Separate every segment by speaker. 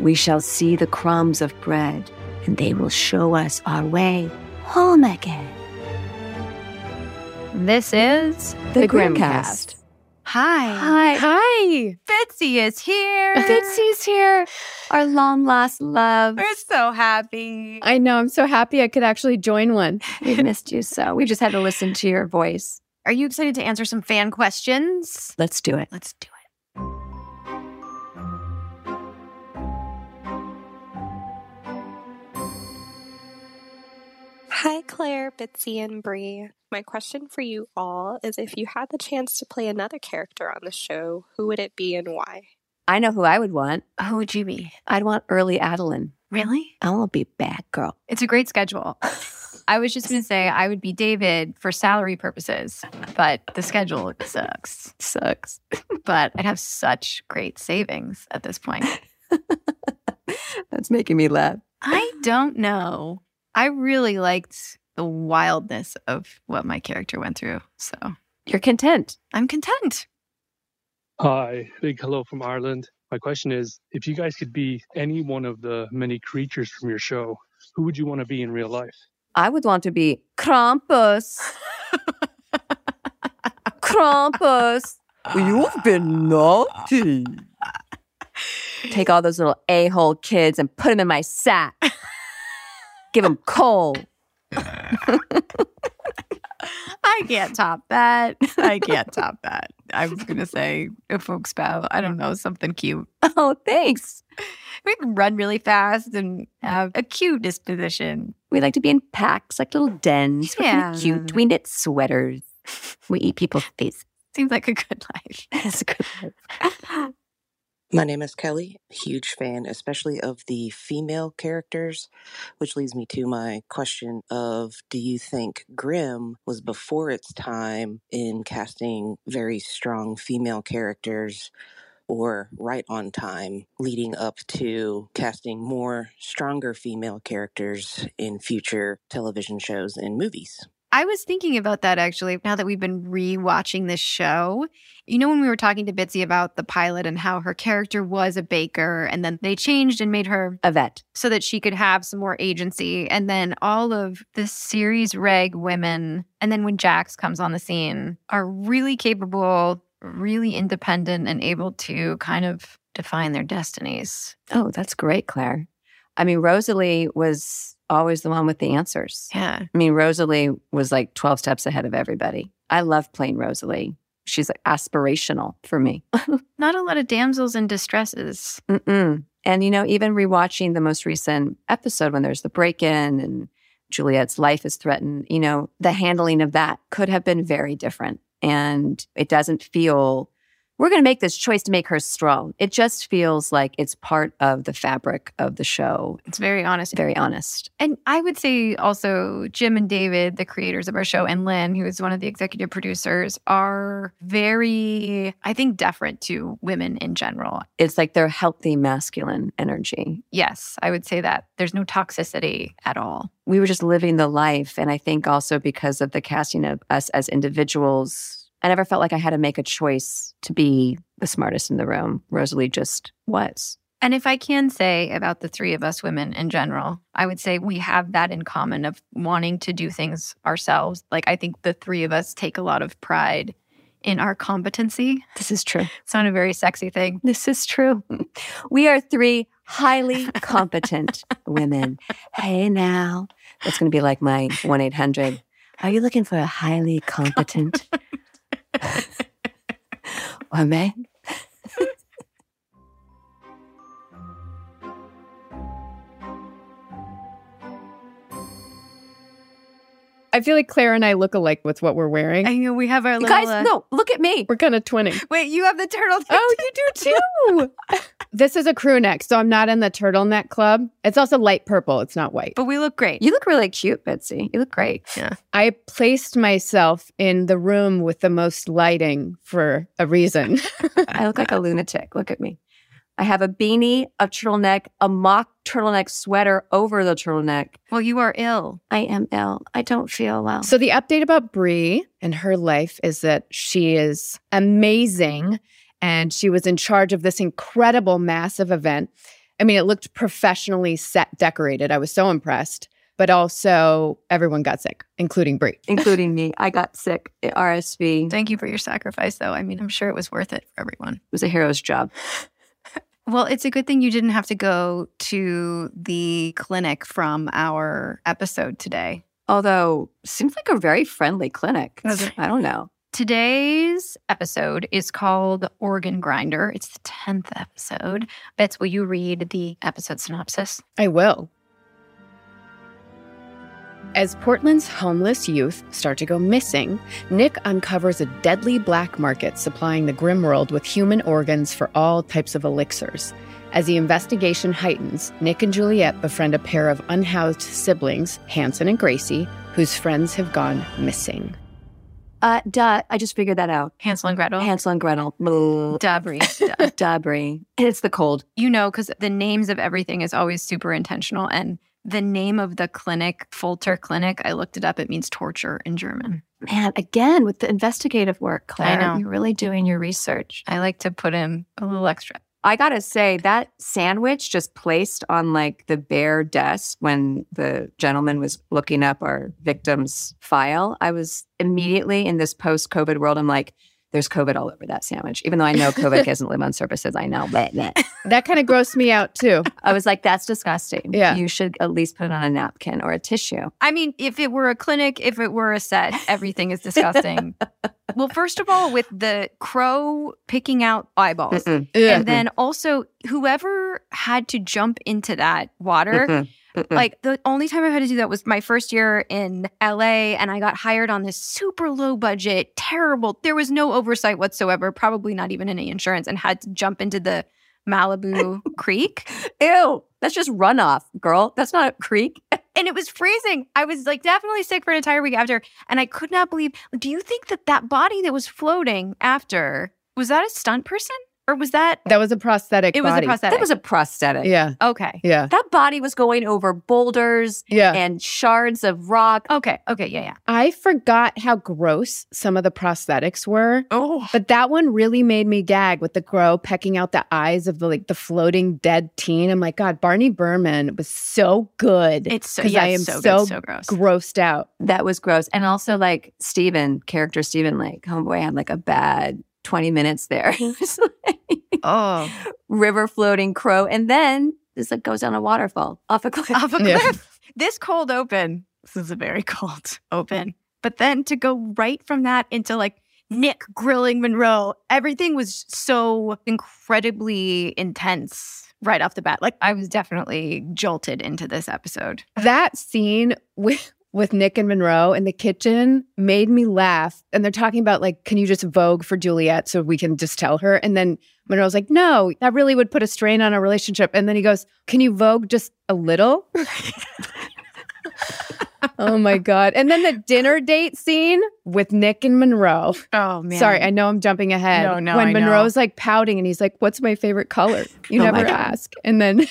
Speaker 1: We shall see the crumbs of bread, and they will show us our way home again.
Speaker 2: This is
Speaker 1: The, Grimcast.
Speaker 2: Hi.
Speaker 1: Hi.
Speaker 3: Hi.
Speaker 2: Bitsy is here.
Speaker 1: Bitsy's here, our long lost love.
Speaker 2: We're so happy.
Speaker 3: I know. I'm so happy I could actually join one.
Speaker 1: We've missed you so. We just had to listen to your voice.
Speaker 2: Are you excited to answer some fan questions?
Speaker 1: Let's do it.
Speaker 2: Let's do it.
Speaker 4: Hi, Claire, Bitsy, and Bree. My question for you all is if you had the chance to play another character on the show, who would it be and why?
Speaker 1: I know who I would want.
Speaker 2: Who would you be?
Speaker 1: I'd want early Adeline.
Speaker 2: Really?
Speaker 1: I want to be Batgirl.
Speaker 2: It's a great schedule. I was just going to say I would be David for salary purposes, but the schedule sucks. Sucks. But I'd have such great savings at this point.
Speaker 1: That's making me laugh.
Speaker 2: I don't know. I really liked the wildness of what my character went through. So
Speaker 1: You're content.
Speaker 2: I'm content.
Speaker 5: Hi, big hello from Ireland. My question is if you guys could be any one of the many creatures from your show, who would you want to be in real life?
Speaker 1: I would want to be Krampus. Krampus. You've been naughty. Take all those little a hole kids and put them in my sack. Give them coal.
Speaker 2: I can't top that. I can't top that. I was going to say a folk spell. I don't know, something cute.
Speaker 1: Oh, thanks.
Speaker 2: We can run really fast and have a cute disposition.
Speaker 1: We like to be in packs, like little dens. We're kind
Speaker 2: Yeah.
Speaker 1: of cute. We knit sweaters. We eat people's faces.
Speaker 2: Seems like a good life.
Speaker 1: That's good.
Speaker 6: My name is Kelly, huge fan, especially of the female characters, which leads me to my question of do you think Grimm was before its time in casting very strong female characters or right on time leading up to casting more stronger female characters in future television shows and movies?
Speaker 2: I was thinking about that actually now that we've been rewatching this show. You know, when we were talking to Bitsy about the pilot and how her character was a baker, and then they changed and made her
Speaker 1: A vet.
Speaker 2: so that she could have some more agency. And then all of the series reg women, and then when Jax comes on the scene, are really capable, really independent, and able to kind of define their destinies.
Speaker 1: Oh, that's great, Claire. I mean, Rosalie was always the one with the answers.
Speaker 2: Yeah.
Speaker 1: I mean, Rosalie was like 12 steps ahead of everybody. I love playing Rosalie. She's like aspirational for me.
Speaker 2: Not a lot of damsels in distresses.
Speaker 1: Mm-mm. And, you know, even rewatching the most recent episode when there's the break in and Juliet's life is threatened, you know, the handling of that could have been very different. And it doesn't feel, we're going to make this choice to make her strong. It just feels like it's part of the fabric of the show.
Speaker 2: It's very honest.
Speaker 1: It's very honest.
Speaker 2: And I would say also Jim and David, the creators of our show, and Lynn, who is one of the executive producers, are very, I think, deferent to women in general.
Speaker 1: It's like their healthy masculine energy.
Speaker 2: Yes, I would say that. There's no toxicity at all.
Speaker 1: we were just living the life. And I think also because of the casting of us as individuals, I never felt like I had to make a choice to be the smartest in the room. Rosalie just was.
Speaker 2: And if I can say about the three of us women in general, I would say we have that in common of wanting to do things ourselves. Like, I think the three of us take a lot of pride in our competency.
Speaker 1: This is true.
Speaker 2: It's not a very sexy thing.
Speaker 1: This is true. We are three highly competent women. Hey now. That's going to be like my 1 800. Are you looking for a highly competent woman?
Speaker 3: I feel like Claire and I look alike with what we're wearing.
Speaker 2: I know we have our
Speaker 1: You
Speaker 2: little. uh,
Speaker 1: guys, no, look at me.
Speaker 3: we're kind of twinning.
Speaker 2: Wait, you have the turtle.
Speaker 3: Oh, you do too. this is a crew neck, so I'm not in the turtleneck club. It's also light purple, it's not white.
Speaker 2: But we look great.
Speaker 1: You look really cute, Betsy. You look great.
Speaker 3: I placed myself in the room with the most lighting for a reason.
Speaker 1: I look like a lunatic. Look at me. I have a beanie, a turtleneck, a mock turtleneck sweater over the turtleneck.
Speaker 2: Well, you are ill.
Speaker 1: I am ill. I don't feel well.
Speaker 3: So the update about Bree and her life is that she is amazing and she was in charge of this incredible massive event I mean, it looked professionally set decorated. I was so impressed. But also, everyone got sick, including Brie.
Speaker 1: including me. I got sick at RSV. It
Speaker 2: Thank you for your sacrifice, though. I mean, I'm sure it was worth it for everyone.
Speaker 1: was a hero's job.
Speaker 2: Well, it's a good thing you didn't have to go to the clinic from our episode today.
Speaker 1: Although, seems like a very friendly clinic.
Speaker 2: Was it?
Speaker 1: I don't know.
Speaker 2: Today's episode is called Organ Grinder. It's the 10th episode. Bets, will you read the episode synopsis?
Speaker 3: I will. As Portland's homeless youth start to go missing, Nick uncovers a deadly black market supplying the grim world with human organs for all types of elixirs. As the investigation heightens, Nick and Juliet befriend a pair of unhoused siblings, Hanson and Gracie, whose friends have gone missing.
Speaker 1: Uh, duh. I just figured that out.
Speaker 2: Hansel and Gretel?
Speaker 1: Hansel and Gretel. Blah.
Speaker 2: Dabri. Duh.
Speaker 1: Dabry. It's the cold.
Speaker 2: you know, because the names of everything is always super intentional. And the name of the clinic, Folter Clinic, I looked it up. It means torture in German.
Speaker 1: Man, again, with the investigative work, Claire,
Speaker 2: know.
Speaker 1: you're really doing your research.
Speaker 2: I like to put in a little extra.
Speaker 1: I gotta say that sandwich just placed on like the bare desk when the gentleman was looking up our victim's file. I was immediately in this post-COVID world. I'm like, there's COVID all over that sandwich, even though I know COVID doesn't live on surfaces. I know, but but.
Speaker 3: That kind of grossed me out too.
Speaker 1: I was like, that's disgusting.
Speaker 3: Yeah.
Speaker 1: you should at least put it on a napkin or a tissue.
Speaker 2: I mean, if it were a clinic, if it were a set, everything is disgusting. well, first of all, with the crow picking out eyeballs,
Speaker 1: Mm-mm,
Speaker 3: Ugh.
Speaker 2: and then also whoever had to jump into that water.
Speaker 1: mm-mm, Mm. mm-mm.
Speaker 2: Like the only time I've had to do that was my first year in LA, and I got hired on this super low budget, terrible. There was no oversight whatsoever, probably not even any insurance, and had to jump into the Malibu Creek.
Speaker 1: ew, that's just runoff, girl. That's not a creek.
Speaker 2: And it was freezing. I was like definitely sick for an entire week after, and I could not believe. Do you think that that body that was floating after was that a stunt person or was that?
Speaker 3: that was a prosthetic
Speaker 2: It was
Speaker 3: body.
Speaker 2: a prosthetic.
Speaker 1: That was a prosthetic.
Speaker 3: Yeah,
Speaker 2: okay.
Speaker 3: yeah,
Speaker 1: That body was going over boulders
Speaker 3: yeah.
Speaker 1: and shards of rock.
Speaker 2: Okay. Okay. Yeah. Yeah.
Speaker 3: I forgot how gross some of the prosthetics were.
Speaker 2: Oh.
Speaker 3: But that one really made me gag with the crow pecking out the eyes of the like the floating dead teen. I'm like, God, Barney Berman was so good.
Speaker 2: It's so.
Speaker 3: 'Cause
Speaker 2: Yeah.
Speaker 3: I
Speaker 2: it's so,
Speaker 3: am so
Speaker 2: good, so gross.
Speaker 3: grossed out.
Speaker 1: That was gross. And also, like, Steven, character Steven, like, homeboy had like a bad 20 minutes there. It was like
Speaker 2: oh.
Speaker 1: river floating crow. And then this like goes down a waterfall off a cliff.
Speaker 2: off a
Speaker 3: Yeah.
Speaker 2: cliff. This cold open. This is a very cold open. But then to go right from that into like Nick grilling Monroe, everything was so incredibly intense right off the bat. Like I was definitely jolted into this episode.
Speaker 3: That scene with with Nick and Monroe in the kitchen made me laugh. And they're talking about like, can you just vogue for Juliet so we can just tell her? And then Monroe's like, no, that really would put a strain on our relationship. And then he goes, can you vogue just a little? oh my God. And then the dinner date scene with Nick and Monroe.
Speaker 2: Oh
Speaker 3: Sorry, I know I'm jumping ahead.
Speaker 2: No, no,
Speaker 3: When
Speaker 2: I know.
Speaker 3: Monroe's like pouting and he's like, "What's my favorite color?" You
Speaker 1: Oh my
Speaker 3: never
Speaker 1: God.
Speaker 3: ask. And then,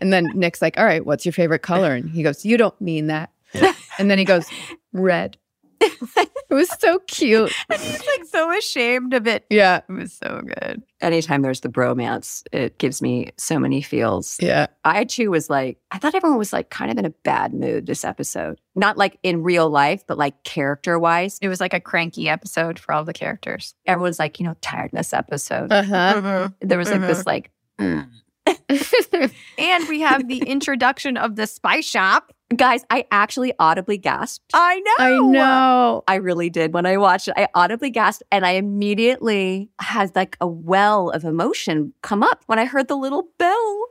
Speaker 3: and then Nick's like, "All right, what's your favorite color?" And he goes, "You don't mean that." and then he goes, "Red." it was so cute.
Speaker 2: I'm just like so ashamed of it.
Speaker 3: Yeah,
Speaker 2: It was so good.
Speaker 1: Anytime there's the bromance, it gives me so many feels.
Speaker 3: yeah.
Speaker 1: I too was like, I thought everyone was like kind of in a bad mood this episode. Not like in real life, but like character wise.
Speaker 2: It was like a cranky episode for all the characters.
Speaker 1: Everyone's like, you know, tired in this episode.
Speaker 3: Uh huh.
Speaker 2: Uh-huh.
Speaker 1: there was like this like, mm.
Speaker 2: And we have the introduction of the spy shop.
Speaker 1: guys, I actually audibly gasped.
Speaker 2: I know.
Speaker 3: I know.
Speaker 1: I really did when I watched it. I audibly gasped and I immediately had like a well of emotion come up when I heard the little bell.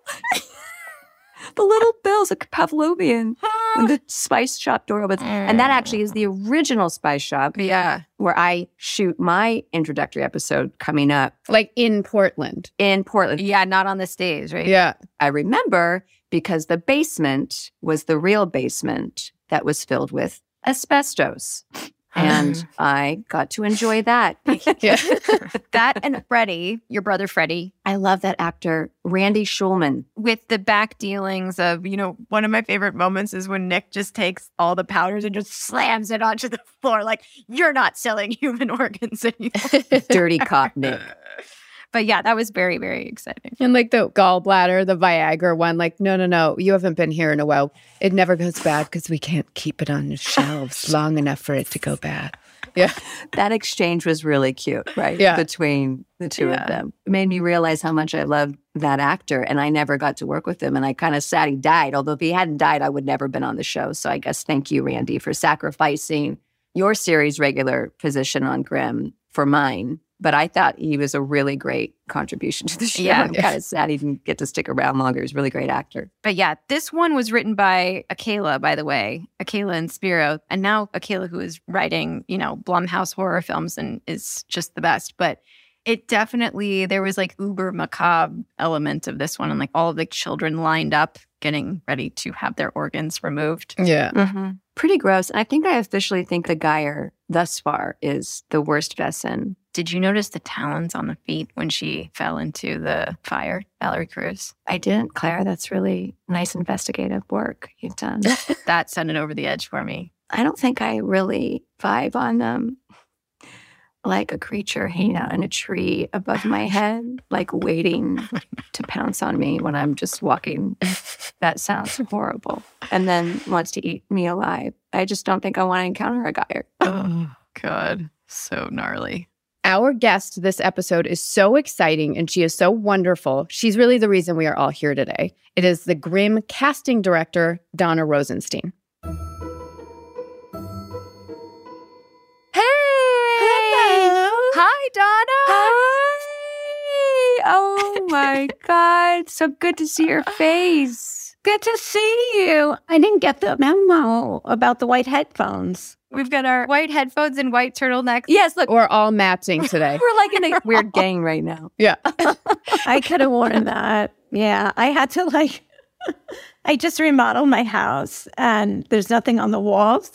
Speaker 1: the little bell's a Pavlovian when
Speaker 2: Ah.
Speaker 1: the spice shop door opens. And that actually is the original spice shop
Speaker 2: Yeah.
Speaker 1: where I shoot my introductory episode coming up
Speaker 3: Like in Portland.
Speaker 1: in Portland.
Speaker 2: Yeah, not on the stage, right?
Speaker 3: Yeah.
Speaker 1: I remember because the basement was the real basement that was filled with asbestos. And I got to enjoy that.
Speaker 3: Yeah.
Speaker 2: that and Freddie, your brother Freddie,
Speaker 1: I love that actor, Randy Schulman.
Speaker 2: with the back dealings of, you know, one of my favorite moments is when Nick just takes all the powders and just slams it onto the floor, like, you're not selling human organs anymore.
Speaker 1: Dirty cop Nick.
Speaker 2: But yeah, that was very, very exciting.
Speaker 3: And like the gallbladder, the Viagra one, like, no, no, no, you haven't been here in a while. It never goes bad because we can't keep it on the shelves long enough for it to go bad. Yeah.
Speaker 1: That exchange was really cute, right?
Speaker 3: Yeah.
Speaker 1: Between the two
Speaker 2: Yeah.
Speaker 1: of them. It made me realize how much I loved that actor and I never got to work with him. And I kind of sad he died. Although if he hadn't died, I would never been on the show. So I guess thank you, Randy, for sacrificing your series regular position on Grimm for mine. But I thought he was a really great contribution to the show.
Speaker 2: Yeah.
Speaker 1: I'm kind of sad he didn't get to stick around longer. He was a really great actor.
Speaker 2: But yeah, this one was written by Akela, by the way, Akela and Spiro. And now Akela, who is writing, you know, Blumhouse horror films and is just the best. But it definitely, there was like uber macabre element of this one and like all of the children lined up getting ready to have their organs removed.
Speaker 3: Yeah.
Speaker 1: Pretty gross. And I think I officially think the Geyer thus far is the worst Vesson.
Speaker 2: Did you notice the talons on the feet when she fell into the fire, Valerie Cruz?
Speaker 1: I didn't, Claire. That's really nice investigative work you've done.
Speaker 2: That sent it over the edge for me.
Speaker 1: I don't think I really vibe on them like a creature hanging out in a tree above my head, like waiting to pounce on me when I'm just walking. That sounds horrible. And then wants to eat me alive. I just don't think I want to encounter a Geyer.
Speaker 2: oh, God. So gnarly.
Speaker 3: Our guest this episode is so exciting and she is so wonderful. She's really the reason we are all here today. It is the Grimm casting director, Donna Rosenstein.
Speaker 1: Hey!
Speaker 2: Hi, Donna.
Speaker 1: Hi! Oh my God. So good to see your face.
Speaker 7: Good to see you. I didn't get the memo about the white headphones.
Speaker 2: We've got our white headphones and white turtlenecks.
Speaker 1: Yes, look,
Speaker 3: We're all matching today.
Speaker 1: we're like in a weird gang right now.
Speaker 7: I could have worn that. Yeah, I had to like, I just remodeled my house and there's nothing on the walls.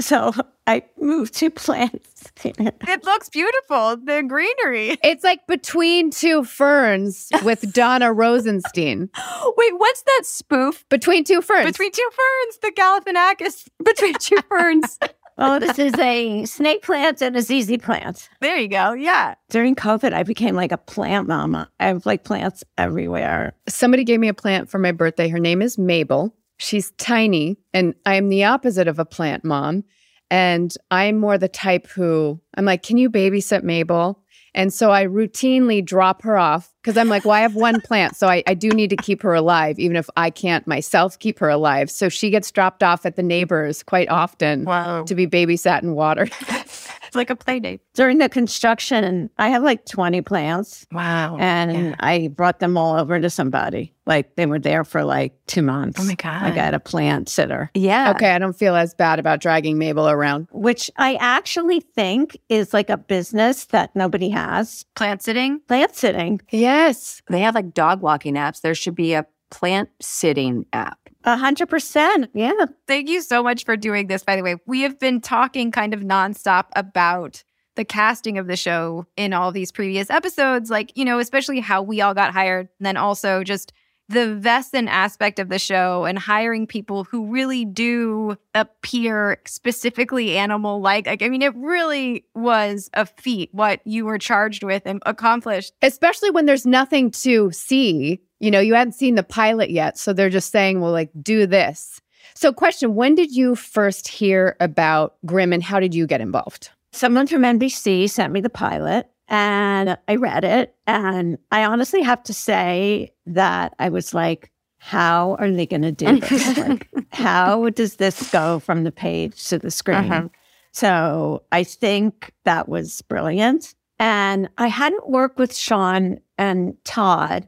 Speaker 7: So I moved two plants.
Speaker 2: It looks beautiful. The greenery.
Speaker 3: It's like between two ferns with Donna Rosenstein.
Speaker 1: Wait, what's that spoof
Speaker 3: Between two ferns.
Speaker 2: Between two ferns, the Galifianakis.
Speaker 1: between two ferns?
Speaker 7: well, Oh, this is a snake plant and a ZZ plant.
Speaker 2: There you go. Yeah.
Speaker 7: During COVID, I became like a plant mama. I have like plants everywhere.
Speaker 3: Somebody gave me a plant for my birthday. Her name is Mabel. She's tiny, and I am the opposite of a plant mom. And I'm more the type who I'm like, can you babysit Mabel? And so I routinely drop her off because I'm like, well, I have one plant. So I, I do need to keep her alive, even if I can't myself keep her alive. So she gets dropped off at the neighbors quite often
Speaker 2: Wow.
Speaker 3: to be babysat and watered.
Speaker 2: It's like a play date.
Speaker 7: During the construction, I have like 20 plants.
Speaker 2: Wow.
Speaker 7: and
Speaker 2: yeah.
Speaker 7: I brought them all over to somebody. Like they were there for like two months.
Speaker 2: oh my God. Oh,
Speaker 7: I got a plant sitter,
Speaker 1: Yeah.
Speaker 3: Okay, I don't feel as bad about dragging Mabel around.
Speaker 7: which I actually think is like a business that nobody has.
Speaker 2: Plant sitting.
Speaker 7: Plant sitting,
Speaker 3: Yes.
Speaker 1: They have like dog walking apps. There should be a plant sitting app.
Speaker 7: a hundred percent. Yeah,
Speaker 2: Thank you so much for doing this, by the way. We have been talking kind of nonstop about the casting of the show in all these previous episodes, like, you know, especially how we all got hired, and then also just the Vesson aspect of the show and hiring people who really do appear specifically animal like. Like, I mean, it really was a feat what you were charged with and accomplished.
Speaker 3: especially when there's nothing to see. You know, you hadn't seen the pilot yet, so they're just saying, "Well, like do this." So, question: When did you first hear about Grimm, and how did you get involved?
Speaker 7: someone from NBC sent me the pilot, and I read it, and I honestly have to say that I was like. How are they going to do this? Like, how does this go from the page to the screen?
Speaker 1: Uh-huh.
Speaker 7: So I think that was brilliant. And I hadn't worked with Sean and Todd.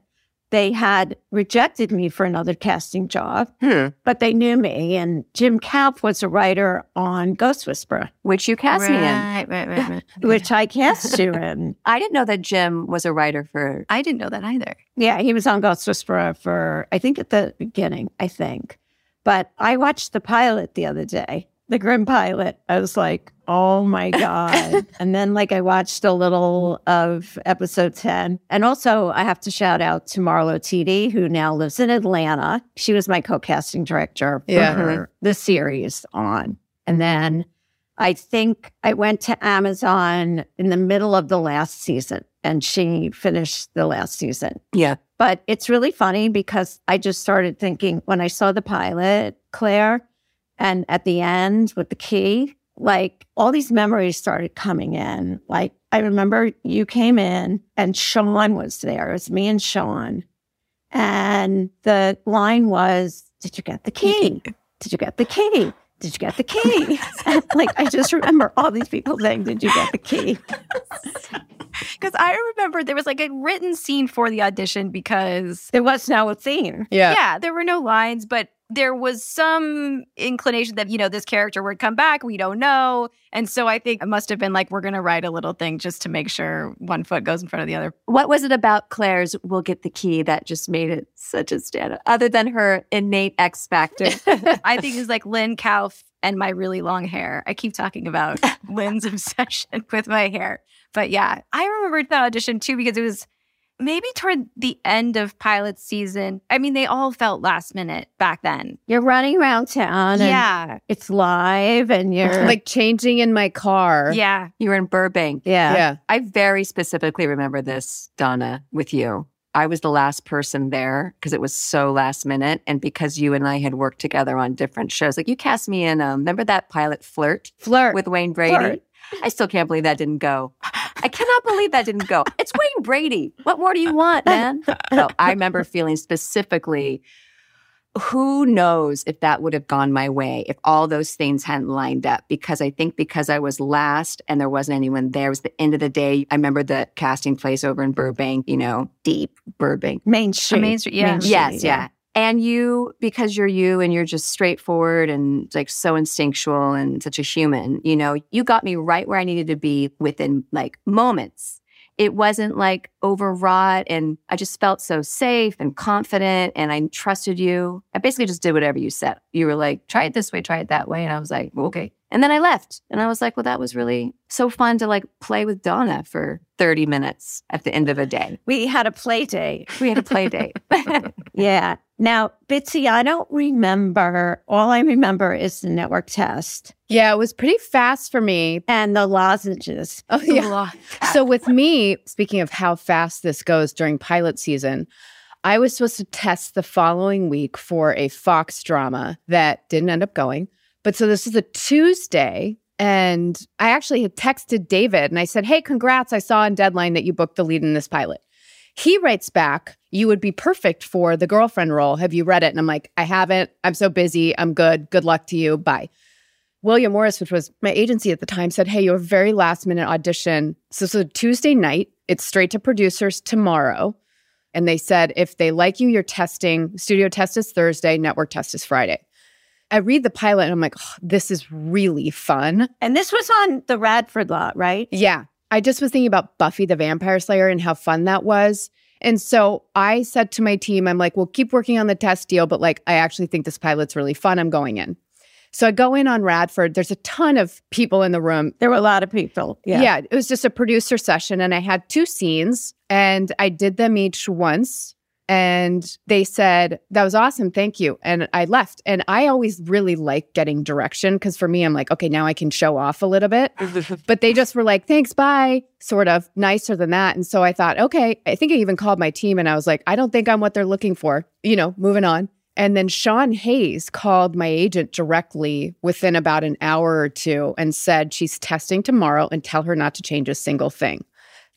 Speaker 7: They had rejected me for another casting job,
Speaker 1: Hmm.
Speaker 7: but they knew me. And Jim Kalp was a writer on Ghost Whisperer,
Speaker 1: Which you cast me in.
Speaker 2: right, right, right, right.
Speaker 7: which I cast you in.
Speaker 1: I didn't know that Jim was a writer for.
Speaker 2: I didn't know that either.
Speaker 7: Yeah, he was on Ghost Whisperer for, I think, at the beginning, I think. But I watched the pilot the other day, the Grim pilot. I was like, oh my God. and then, like, I watched a little of episode 10. And also, I have to shout out to Marlo TD, who now lives in Atlanta. She was my co casting director for
Speaker 3: Yeah.
Speaker 7: her- the series on. And then I think I went to Amazon in the middle of the last season and she finished the last season.
Speaker 1: Yeah.
Speaker 7: But it's really funny because I just started thinking when I saw the pilot, Claire, and at the end with the key, like all these memories started coming in. Like I remember you came in and Sean was there. It was me and Sean. And the line was, Did you get the key? Did you get the key? Did you get the key? And, like I just remember all these people saying, Did you get the key?
Speaker 2: Because I remember there was like a written scene for the audition because
Speaker 7: There was now a theme.
Speaker 2: yeah. there were no lines, but there was some inclination that, you know, this character would come back. We don't know. And so I think it must have been like, we're going to write a little thing just to make sure one foot goes in front of the other.
Speaker 1: What was it about Claire's "We'll Get the Key" that just made it such a standout? Other than her innate X factor,
Speaker 2: I think it's like Lynn Kauf and my really long hair. I keep talking about Lynn's obsession with my hair. But yeah, I remembered that audition too because it was maybe toward the end of pilot season. I mean, they all felt last minute back then.
Speaker 7: You're running around town and
Speaker 2: yeah.
Speaker 7: it's live and you're
Speaker 3: Like changing in my car.
Speaker 2: Yeah.
Speaker 1: you were in Burbank.
Speaker 7: yeah.
Speaker 3: Yeah.
Speaker 1: I very specifically remember this, Donna, with you. I was the last person there because it was so last minute. And because you and I had worked together on different shows, like you cast me in, um, remember that pilot Flirt
Speaker 3: Flirt.
Speaker 1: with Wayne Brady?
Speaker 7: Flirt.
Speaker 1: I still can't believe that didn't go. I cannot believe that didn't go. It's Wayne Brady. What more do you want, man? So I remember feeling specifically who knows if that would have gone my way if all those things hadn't lined up because I think because I was last and there wasn't anyone there it was the end of the day. I remember the casting place over in Burbank, you know, deep Burbank.
Speaker 7: Main Street.
Speaker 2: Main Street, yeah.
Speaker 7: Street,
Speaker 1: Yes, yeah. And you, because you're you and you're just straightforward and like so instinctual and such a human, you know, you got me right where I needed to be within like moments. It wasn't like overwrought and I just felt so safe and confident and I trusted you. I basically just did whatever you said. You were like, try it this way, try it that way. And I was like, well, okay. And then I left and I was like, well, that was really so fun to like play with Donna for 30 minutes at the end of a day.
Speaker 7: We had a play date.
Speaker 1: We had a play date.
Speaker 7: Yeah. Now, Bitsy, I don't remember. All I remember is the network test
Speaker 3: Yeah, it was pretty fast for me.
Speaker 7: and the lozenges.
Speaker 3: Oh, yeah. So, with me, speaking of how fast this goes during pilot season, I was supposed to test the following week for a Fox drama that didn't end up going. But so this is a Tuesday. And I actually had texted David and I said, Hey, congrats. I saw on Deadline that you booked the lead in this pilot. He writes back, You would be perfect for the girlfriend role. Have you read it? And I'm like, I haven't. I'm so busy. I'm good. Good luck to you. Bye. William Morris, which was my agency at the time, said, Hey, your very last minute audition. So, so Tuesday night, it's straight to producers tomorrow. And they said, If they like you, you're testing. Studio test is Thursday, network test is Friday. I read the pilot and I'm like, "Oh, This is really fun.
Speaker 7: And this was on the Radford lot, right?
Speaker 3: Yeah. I just was thinking about Buffy the Vampire Slayer and how fun that was. And so I said to my team, I'm like, well, keep working on the test deal, but like, I actually think this pilot's really fun. I'm going in. So I go in on Radford. There's a ton of people in the room.
Speaker 7: There were a lot of people.
Speaker 3: Yeah.
Speaker 7: Yeah.
Speaker 3: it was just a producer session, and I had two scenes, and I did them each once. And they said, That was awesome. Thank you. And I left. And I always really like getting direction because for me, I'm like, Okay, now I can show off a little bit. but they just were like, Thanks, bye, sort of nicer than that. And so I thought, Okay, I think I even called my team and I was like, I don't think I'm what they're looking for, you know, moving on. And then Sean Hayes called my agent directly within about an hour or two and said, She's testing tomorrow and tell her not to change a single thing.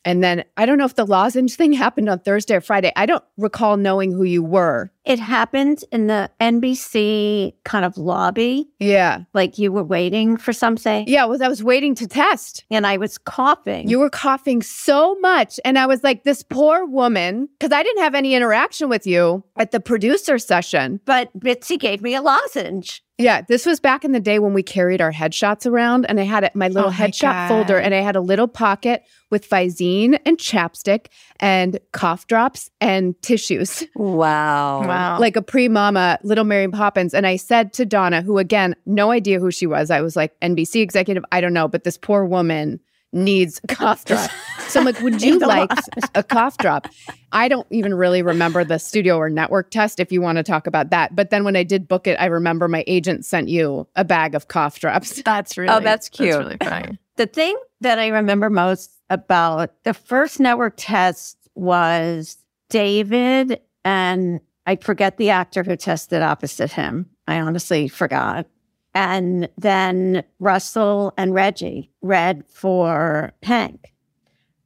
Speaker 3: And then I don't know if the lozenge thing happened on Thursday or Friday. I don't recall knowing who you were.
Speaker 7: It happened in the NBC kind of lobby,
Speaker 3: Yeah.
Speaker 7: like you were waiting for something.
Speaker 3: Yeah. Well, I was waiting to test.
Speaker 7: And I was coughing.
Speaker 3: You were coughing so much. And I was like, This poor woman, because I didn't have any interaction with you at the producer session.
Speaker 7: but Bitsy gave me a lozenge.
Speaker 3: Yeah, this was back in the day when we carried our headshots around, and I had it, my little
Speaker 2: Oh my
Speaker 3: headshot folder,
Speaker 2: God.
Speaker 3: and I had a little pocket with Visine and chapstick and cough drops and tissues,
Speaker 1: wow.
Speaker 2: Wow.
Speaker 3: like a pre mama little Mary Poppins. And I said to Donna, who again, no idea who she was, I was like, NBC executive, I don't know, but this poor woman needs a cough drop. So I'm like, would you like a cough drop? I don't even really remember the studio or network test if you want to talk about that. But then when I did book it, I remember my agent sent you a bag of cough drops. Oh,
Speaker 2: that's really
Speaker 1: Oh, that's cute.
Speaker 2: really funny.
Speaker 7: The thing that I remember most about the first network test was David and I forget the actor who tested opposite him. I honestly forgot. And then Russell and Reggie read for Hank.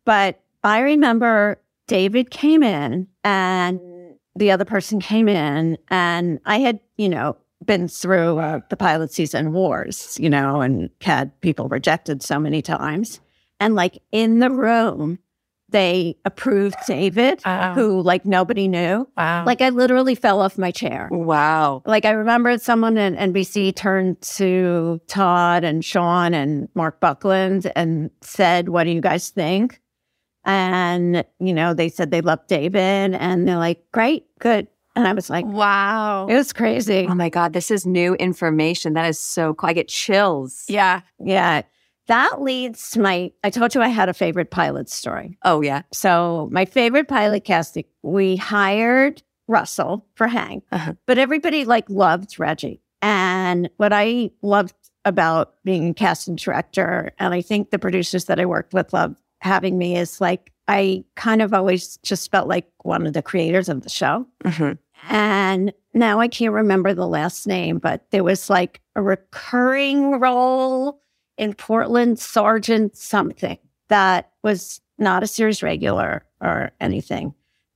Speaker 7: But I remember David came in and the other person came in and I had, you know, been through uh, the pilot season wars, you know, and had people rejected so many times. And like in the room, they approved David,
Speaker 1: Oh.
Speaker 2: Wow.
Speaker 7: who like nobody knew.
Speaker 2: Wow.
Speaker 7: Like I literally fell off my chair.
Speaker 1: Wow.
Speaker 7: Like I remember someone at NBC turned to Todd and Sean and Mark Buckland and said, What do you guys think? And, you know, they said they loved David and they're like, Great, good. And I was like,
Speaker 2: wow.
Speaker 7: It was crazy.
Speaker 1: Oh my God, this is new information. That is so cool. I get chills. Oh
Speaker 2: yeah.
Speaker 7: Yeah. That leads to my, I told you I had a favorite pilot story.
Speaker 1: Oh, yeah.
Speaker 7: So my favorite pilot casting, we hired Russell for Hank,
Speaker 1: Uh-huh.
Speaker 7: but everybody like loved Reggie. And what I loved about being a casting director, and I think the producers that I worked with loved having me is like, I kind of always just felt like one of the creators of the show.
Speaker 1: Mhm.
Speaker 7: And now I can't remember the last name, but there was like a recurring role in Portland Sergeant something that was not a series regular or anything.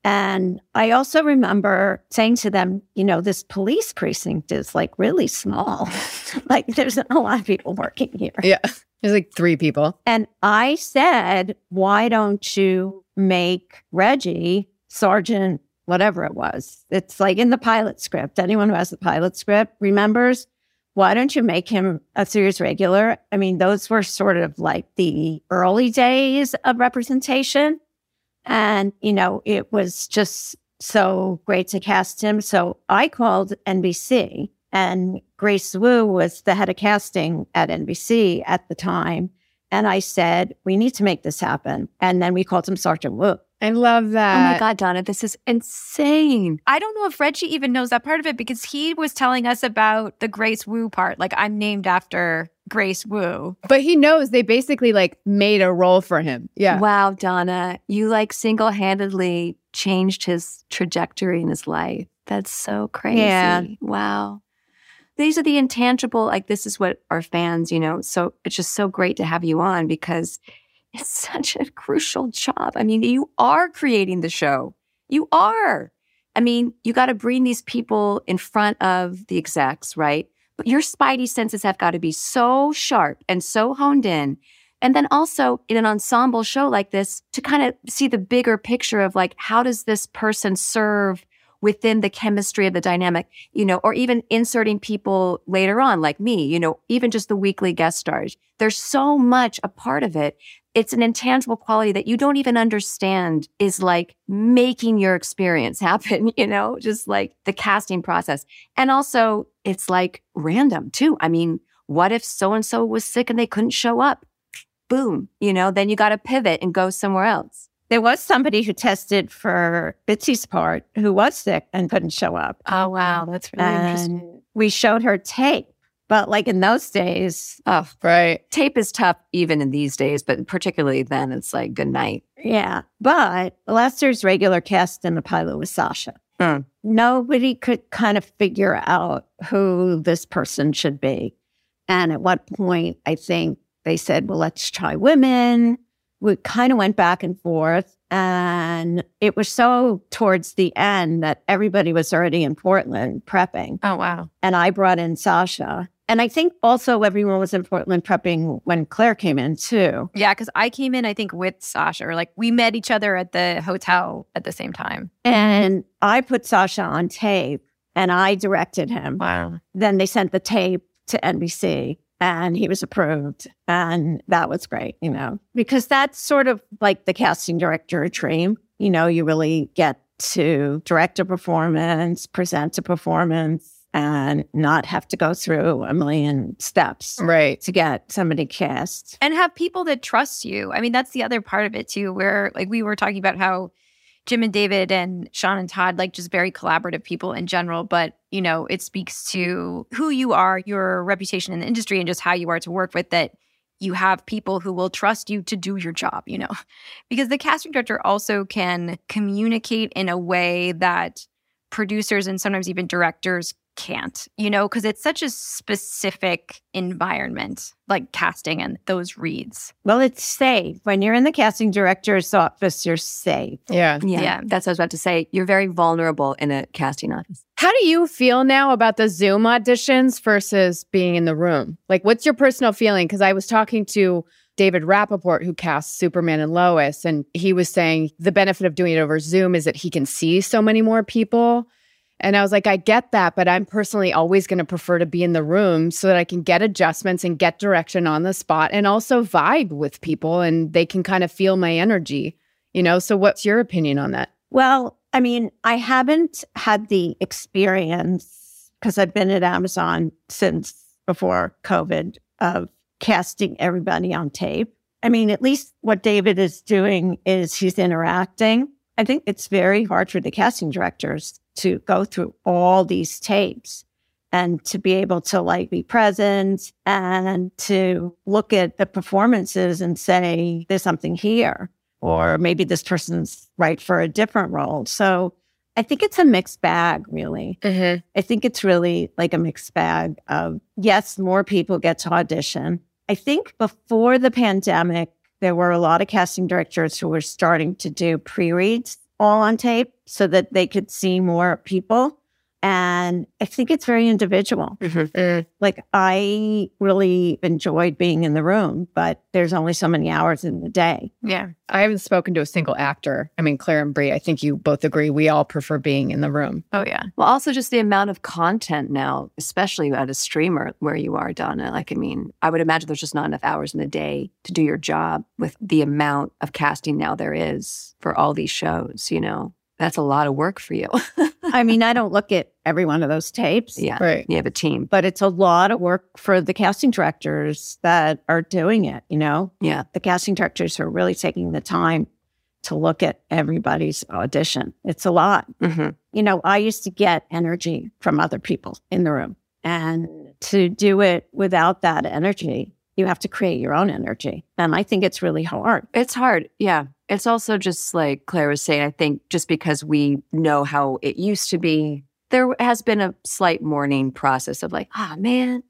Speaker 7: And I also remember saying to them, you know, this police precinct is like really small. like there's not a lot of people working here.
Speaker 3: Yeah. There's like three people.
Speaker 7: And I said, why don't you make Reggie Sergeant, whatever it was? It's like in the pilot script. Anyone who has the pilot script remembers. Why don't you make him a series regular? I mean, those were sort of like the early days of representation. And, you know, it was just so great to cast him. So I called NBC, and Grace Wu was the head of casting at NBC at the time. And I said, we need to make this happen. And then we called him Sergeant Wu.
Speaker 3: I love
Speaker 1: Oh my
Speaker 3: that.
Speaker 1: God, Donna, this is insane.
Speaker 2: I don't know if Reggie even knows that part of it because he was telling us about the Grace Wu part. Like, I'm named after Grace Wu.
Speaker 3: But he knows they basically like made a role for him. Yeah.
Speaker 1: Wow, Donna, you like single handedly changed his trajectory in his life. That's so crazy.
Speaker 7: Yeah.
Speaker 1: Wow. These are the intangible, like, this is what our fans, you know, so it's just so great to have you on because it's such a crucial job. I mean, you are creating the show. You are. I mean, you got to bring these people in front of the execs, right? But your spidey senses have got to be so sharp and so honed in. And then also in an ensemble show like this, to kind of see the bigger picture of like, how does this person serve within the chemistry of the dynamic, you know, or even inserting people later on, like me, you know, even just the weekly guest stars. There's so much a part of it. It's an intangible quality that you don't even understand is like making your experience happen, you know, just like the casting process. And also, it's like random too. I mean, what if so and so was sick and they couldn't show up? Boom, you know, then you got to pivot and go somewhere else.
Speaker 7: There was somebody who tested for Bitsy's part who was sick and couldn't show up.
Speaker 2: Oh, wow. That's
Speaker 7: and we showed her tape. But like in those days,
Speaker 1: Oh,
Speaker 3: Right.
Speaker 1: tape is tough even in these days, but particularly then it's like good night.
Speaker 7: yeah. But last year's regular cast in the pilot was Sasha.
Speaker 1: Hmm.
Speaker 7: Nobody could kind of figure out who this person should be. And at what point, I think they said, well, let's try women. We kind of went back and forth. And it was so towards the end that everybody was already in Portland prepping.
Speaker 2: Oh, wow.
Speaker 7: and I brought in Sasha. And I think also everyone was in Portland prepping when Claire came in too.
Speaker 2: Yeah. Cause I came in, I think, with Sasha, or like we met each other at the hotel at the same time.
Speaker 7: And I put Sasha on tape and I directed him.
Speaker 2: Wow.
Speaker 7: Then they sent the tape to NBC and he was approved. And that was great, you know, because that's sort of like the casting director dream. You know, you really get to direct a performance, present a performance, and not have to go through a million steps
Speaker 3: Right.
Speaker 7: to get somebody cast.
Speaker 2: and have people that trust you. I mean, that's the other part of it too, where like we were talking about how Jim and David and Sean and Todd, like just very collaborative people in general, but you know, it speaks to who you are, your reputation in the industry, and just how you are to work with that you have people who will trust you to do your job, you know, because the casting director also can communicate in a way that producers and sometimes even directors can't, you know, because it's such a specific environment like casting and those reads.
Speaker 7: Well, it's safe. When you're in the casting director's office, you're safe.
Speaker 3: Yeah.
Speaker 1: Yeah,
Speaker 2: Yeah.
Speaker 1: that's what I was about to say. You're very vulnerable in a casting office.
Speaker 3: How do you feel now about the Zoom auditions versus being in the room? Like, what's your personal feeling? Because I was talking to David Rappaport, who cast Superman and Lois, and he was saying the benefit of doing it over Zoom is that he can see so many more people. And I was like, I get that, but I'm personally always going to prefer to be in the room so that I can get adjustments and get direction on the spot and also vibe with people and they can kind of feel my energy, you know? So, what's your opinion on that?
Speaker 7: Well, I mean, I haven't had the experience because I've been at Amazon since before COVID of casting everybody on tape. I mean, at least what David is doing is he's interacting. I think it's very hard for the casting directors to go through all these tapes and to be able to like be present and to look at the performances and say, there's something here or maybe this person's right for a different role. So I think it's a mixed bag, really.
Speaker 3: Mm-hmm.
Speaker 7: I think it's really like a mixed bag of yes, more people get to audition. I think before the pandemic, there were a lot of casting directors who were starting to do pre reads all on tape so that they could see more people. And I think it's very individual. Mm-hmm. Like I really enjoyed being in the room, but there's only so many hours in the day.
Speaker 2: Yeah.
Speaker 3: I haven't spoken to a single actor. I mean, Claire and Brie, I think you both agree we all prefer being in the room.
Speaker 2: Oh, yeah.
Speaker 1: Well, also just the amount of content now, especially at a streamer where you are, Donna. Like, I mean, I would imagine there's just not enough hours in the day to do your job with the amount of casting now there is for all these shows. You know, that's a lot of work for you.
Speaker 7: I mean, I don't look at every one of those tapes,
Speaker 1: yeah.
Speaker 3: Right.
Speaker 1: You have a team.
Speaker 7: but it's a lot of work for the casting directors that are doing it. You know,
Speaker 1: Yeah.
Speaker 7: the casting directors are really taking the time to look at everybody's audition. It's a lot.
Speaker 1: hmm
Speaker 7: You know, I used to get energy from other people in the room, and to do it without that energy, you have to create your own energy. And I think it's really hard.
Speaker 1: It's hard. Yeah. It's also just like Claire was saying, I think just because we know how it used to be, there has been a slight mourning process of like, ah, man,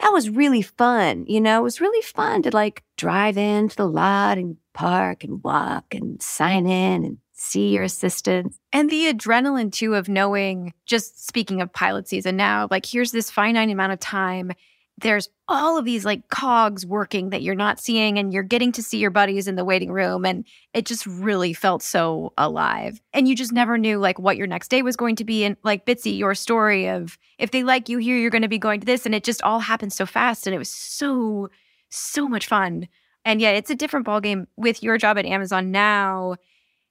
Speaker 1: that was really fun. You know, it was really fun to like drive into the lot and park and walk and sign in and see your assistant.
Speaker 2: And the adrenaline too of knowing, just speaking of pilot season now, like here's this finite amount of time. There's all of these like cogs working that you're not seeing, and you're getting to see your buddies in the waiting room. And it just really felt so alive. And you just never knew like what your next day was going to be. And like Bitsy, your story of if they like you here, you're going to be going to this. And it just all happened so fast. And it was so, so much fun. And yeah, it's a different ballgame with your job at Amazon now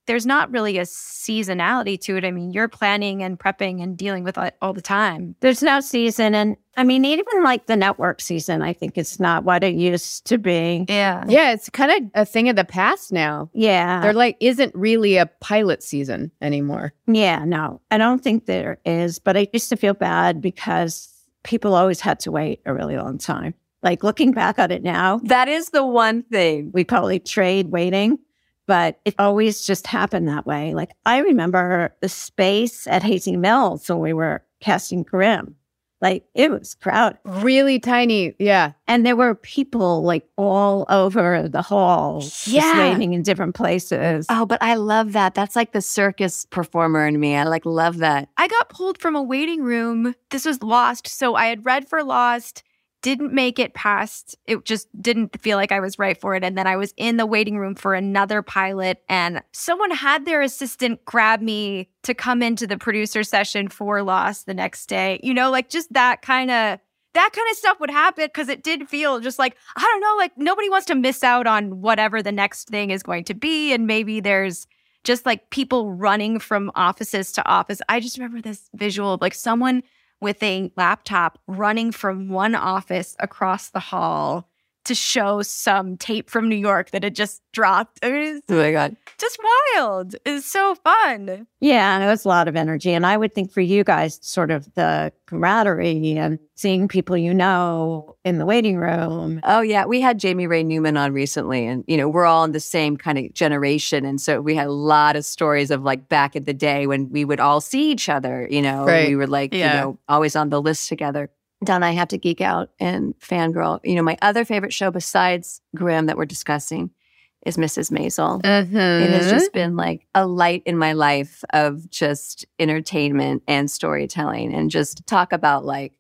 Speaker 2: there's not really a seasonality to it. I mean, you're planning and prepping and dealing with it all the time.
Speaker 7: There's no season. And I mean, even like the network season, I think it's not what it used to be.
Speaker 2: Yeah.
Speaker 3: Yeah, it's kind of a thing of the past now.
Speaker 7: Yeah.
Speaker 3: There like isn't really a pilot season anymore.
Speaker 7: Yeah, no, I don't think there is, but I used to feel bad because people always had to wait a really long time. Like looking back at it now,
Speaker 1: That is the one thing.
Speaker 7: we probably trade waiting, but it always just happened that way. Like I remember the space at Hazy Mills when we were casting Grimm, like it was crowded.
Speaker 3: Really tiny. Yeah.
Speaker 7: And there were people like all over the hall, just
Speaker 2: Yeah.
Speaker 7: waiting in different places.
Speaker 1: Oh, but I love that. That's like the circus performer in me. I like love that.
Speaker 2: I got pulled from a waiting room. This was Lost. So I had read for Lost, didn't make it past. It just didn't feel like I was right for it. And then I was in the waiting room for another pilot, and someone had their assistant grab me to come into the producer session for Lost the next day. You know, like just that kind of. That kind of stuff would happen because it did feel just like, I don't know, like nobody wants to miss out on whatever the next thing is going to be. And maybe there's just like people running from offices to office. I just remember this visual of like someone with a laptop running from one office across the hall
Speaker 8: to show some tape from New York that had just dropped. I mean, it's
Speaker 1: Oh my god.
Speaker 8: just wild. It's so fun.
Speaker 7: Yeah, and it was a lot of energy. And I would think for you guys, sort of the camaraderie and seeing people you know in the waiting room.
Speaker 1: Oh yeah, we had Jamie Ray Newman on recently, and you know we're all in the same kind of generation, and so we had a lot of stories of like back in the day when we would all see each other. You know,
Speaker 3: Right.
Speaker 1: we were like
Speaker 8: Yeah.
Speaker 1: you know always on the list together. Don, I have to geek out and fangirl. You know, my other favorite show besides Grimm that we're discussing is Mrs. Maisel.
Speaker 3: Mm-hmm.
Speaker 1: It has just been like a light in my life of just entertainment and storytelling, and just talk about like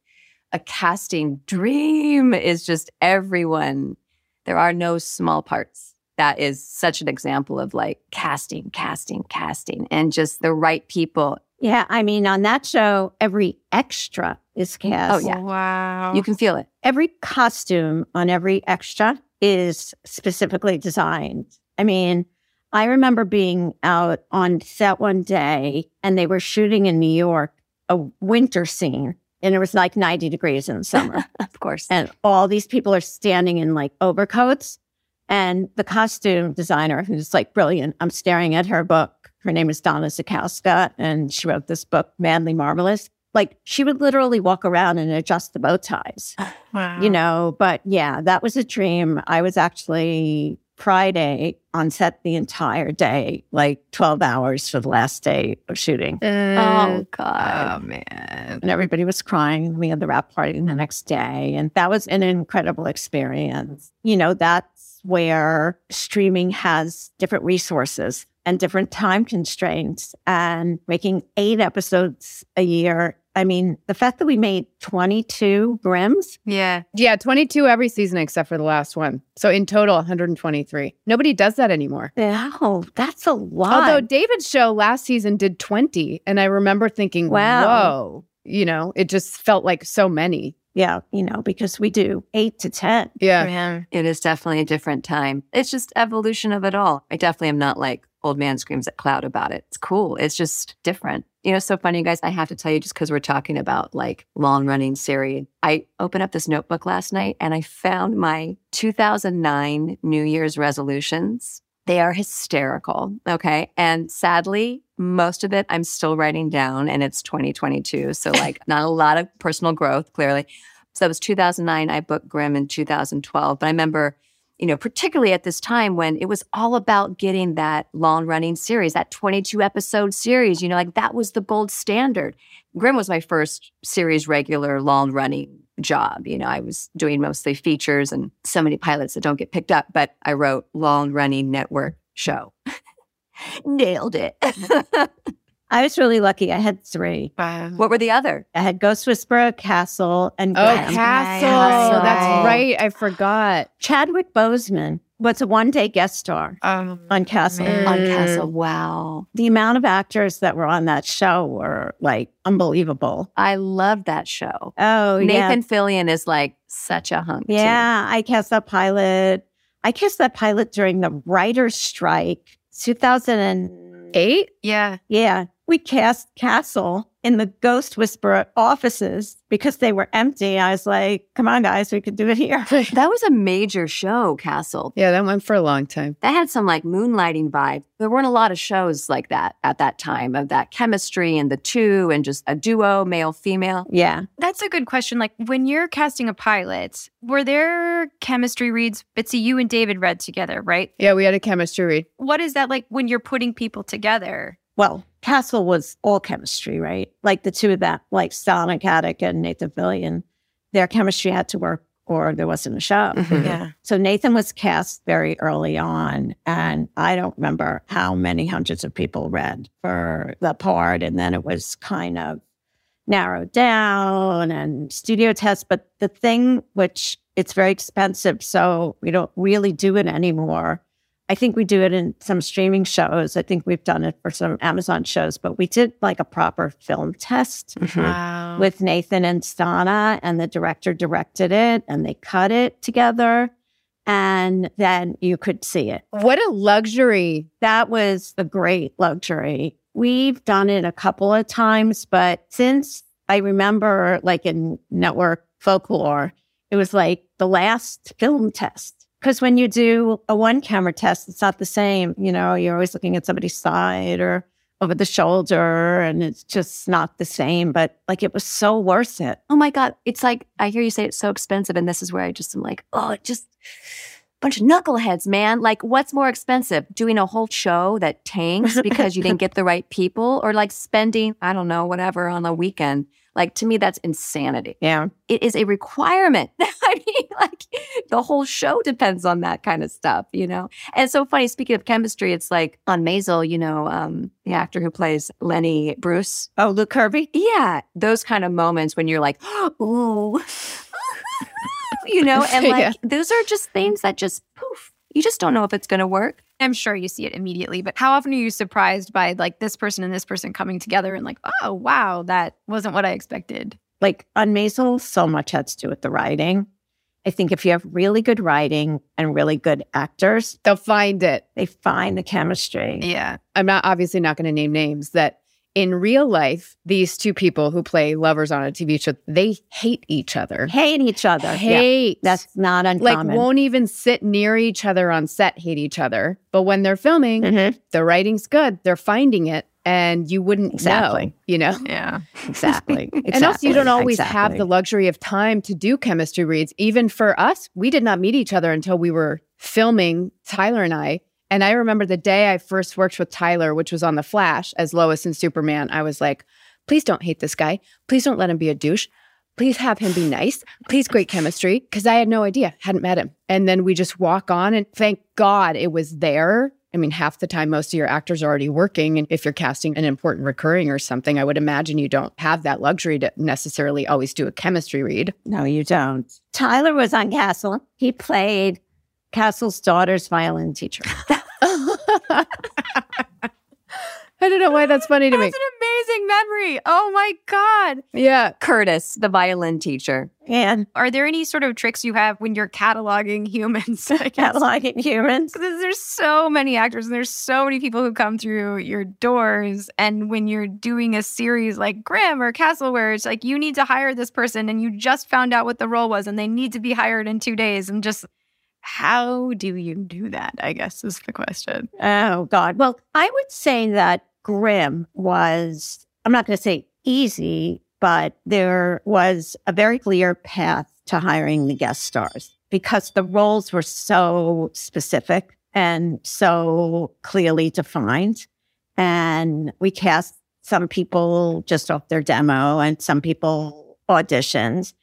Speaker 1: a casting dream is just everyone. There are no small parts. That is such an example of like casting, casting, casting, and just the right people.
Speaker 7: Yeah, I mean, on that show, every extra is cast.
Speaker 1: Oh, yeah.
Speaker 2: Wow.
Speaker 1: You can feel it.
Speaker 7: Every costume on every extra is specifically designed. I mean, I remember being out on set one day and they were shooting in New York a winter scene and it was like 90 degrees in the summer.
Speaker 1: Of course.
Speaker 7: and all these people are standing in like overcoats and the costume designer who's like brilliant i'm staring at her book her name is donna zakowska and she wrote this book manly marvelous like she would literally walk around and adjust the bow ties
Speaker 2: wow.
Speaker 7: you know but yeah that was a dream i was actually friday on set the entire day like 12 hours for the last day of shooting
Speaker 3: um,
Speaker 1: oh,
Speaker 2: oh
Speaker 1: God.
Speaker 2: man.
Speaker 7: and everybody was crying. We had the wrap party the next day, and that was an incredible experience. You know, that's where streaming has different resources and different time constraints, and making eight episodes a year. I mean, the fact that we made 22 brims,
Speaker 2: Yeah.
Speaker 3: Yeah, 22 every season except for the last one. So in total, 123. Nobody does that anymore.
Speaker 7: wow, that's a lot.
Speaker 3: Although David's show last season did 20. And I remember thinking,
Speaker 7: Wow.
Speaker 3: whoa, you know, it just felt like so many.
Speaker 7: yeah, you know, because we do eight to 10.
Speaker 3: Yeah.
Speaker 2: Man.
Speaker 1: It is definitely a different time. It's just evolution of it all. I definitely am not like old man screams at cloud about it. It's cool. It's just different. You know, it's so funny, you guys. I have to tell you, just because we're talking about like long running series, I opened up this notebook last night and I found my 2009 New Year's resolutions. They are hysterical. Okay. And sadly, most of it I'm still writing down and it's 2022. So, like, not a lot of personal growth, clearly. So that was 2009. I booked Grimm in 2012. But I remember, you know, particularly at this time when it was all about getting that long running series, that 22 episode series, you know, like that was the gold standard. Grimm was my first series regular long running job. You know, I was doing mostly features and so many pilots that don't get picked up, but I wrote long running network show. Nailed it.
Speaker 7: I was really lucky. I had three.
Speaker 2: Wow.
Speaker 1: what were the other?
Speaker 7: I had Ghost Whisperer, Castle, and
Speaker 3: Oh,
Speaker 7: Grimm.
Speaker 3: Castle.
Speaker 2: Castle.
Speaker 3: That's right. I forgot.
Speaker 7: Chadwick Boseman was a one day guest star
Speaker 2: Um,
Speaker 7: on Castle.
Speaker 2: Man.
Speaker 1: On
Speaker 3: Mm.
Speaker 1: Castle. Wow.
Speaker 7: The amount of actors that were on that show were like unbelievable.
Speaker 1: I love that show.
Speaker 7: Oh, yeah.
Speaker 1: Nathan Fillion is like such a hunk. too.
Speaker 7: Yeah, I cast that pilot. I cast that pilot during the writer's strike, 2008.
Speaker 3: Eight?
Speaker 2: yeah.
Speaker 7: Yeah, we cast Castle in the Ghost Whisperer offices because they were empty. I was like, come on, guys, we could do it here.
Speaker 1: That was a major show, Castle.
Speaker 3: Yeah, that went for a long time.
Speaker 1: That had some like moonlighting vibe. There weren't a lot of shows like that at that time of that chemistry and the two and just a duo, male, female.
Speaker 7: yeah.
Speaker 2: That's a good question. Like when you're casting a pilot, were there chemistry reads? Bitsy, you and David read together, right?
Speaker 3: Yeah, we had a chemistry read.
Speaker 2: What is that like when you're putting people together?
Speaker 7: well, Castle was all chemistry, right? Like the two of that, like Sonic Haddock and Nathan Fillion, their chemistry had to work or there wasn't a show.
Speaker 6: Mhm.
Speaker 2: Yeah.
Speaker 7: So Nathan was cast very early on. And I don't remember how many hundreds of people read for the part. And then it was kind of narrowed down and studio tests. But the thing which it's very expensive. So we don't really do it anymore. I think we do it in some streaming shows. I think we've done it for some Amazon shows, but we did like a proper film test
Speaker 2: Hmm. Wow.
Speaker 7: with Nathan and Stana, and the director directed it and they cut it together. And then you could see it.
Speaker 3: What a luxury.
Speaker 7: That was a great luxury. We've done it a couple of times, but since I remember, like in network folklore, It was like the last film test. Because when you do a one camera test, it's not the same. You know, you're always looking at somebody's side or over the shoulder, and it's just not the same. But like it was so worth it.
Speaker 1: Oh my God. It's like, I hear you say it's so expensive. And this is where I just am like, oh, it just bunch of knuckleheads, man. Like, what's more expensive? Doing a whole show that tanks because you didn't get the right people or like spending, I don't know, whatever on a weekend. Like, to me, that's insanity.
Speaker 7: Yeah.
Speaker 1: It is a requirement. I mean, like, the whole show depends on that kind of stuff, you know? And it's so funny, speaking of chemistry, it's like on Maisel, you know, um, the actor who plays Lenny Bruce.
Speaker 7: Oh, Luke Kirby?
Speaker 1: Yeah. Those kind of moments when you're like, ooh. you know and like
Speaker 3: Yeah.
Speaker 1: those are just things that just poof you just don't know if it's going to work
Speaker 2: I'm sure you see it immediately, but how often are you surprised by like this person and this person coming together and like, oh, wow, that wasn't what I expected?
Speaker 7: like on Maisel, so much had to do with the writing. I think if you have really good writing and really good actors,
Speaker 3: They'll find it.
Speaker 7: they find the chemistry.
Speaker 2: Yeah.
Speaker 3: I'm not obviously not going to name names that in real life, these two people who play lovers on a TV show, they hate each other.
Speaker 7: Hate each other. Yeah.
Speaker 3: Hate.
Speaker 7: That's not
Speaker 3: like
Speaker 7: uncommon.
Speaker 3: won't even sit near each other on set, hate each other. But when they're filming,
Speaker 7: Mhm.
Speaker 3: the writing's good, they're finding it, and you wouldn't know,
Speaker 7: Exactly.
Speaker 3: you know?
Speaker 2: Yeah.
Speaker 7: Exactly. exactly.
Speaker 3: And also, you don't always have the
Speaker 7: exactly.
Speaker 3: luxury of time to do chemistry reads. Even for us, we did not meet each other until we were filming, Tyler and I. And I remember the day I first worked with Tyler, which was on The Flash as Lois in Superman, I was like, please don't hate this guy. Please don't let him be a douche. Please have him be nice. Please, great chemistry. Cause I had no idea, hadn't met him. And then we just walk on, and thank God it was there. I mean, half the time, most of your actors are already working. And if you're casting an important recurring or something, I would imagine you don't have that luxury to necessarily always do a chemistry read.
Speaker 7: No, you don't. Tyler was on Castle. He played Castle's daughter's violin teacher.
Speaker 3: I don't know why that's funny to me.
Speaker 2: That's an amazing memory. Oh my God.
Speaker 3: Yeah.
Speaker 1: curtis the violin teacher
Speaker 7: and
Speaker 2: Are there any sort of tricks you have when you're cataloging humans? I guess?
Speaker 7: cataloging humans.
Speaker 2: Because there's so many actors and there's so many people who come through your doors. And when you're doing a series like Grimm or Castle, where it's like you need to hire this person and you just found out what the role was and they need to be hired in two days, and just how do you do that? I guess is the question.
Speaker 7: Oh, God. Well, I would say that Grimm was, I'm not going to say easy, but there was a very clear path to hiring the guest stars because the roles were so specific and so clearly defined. And we cast some people just off their demo and some people auditioned.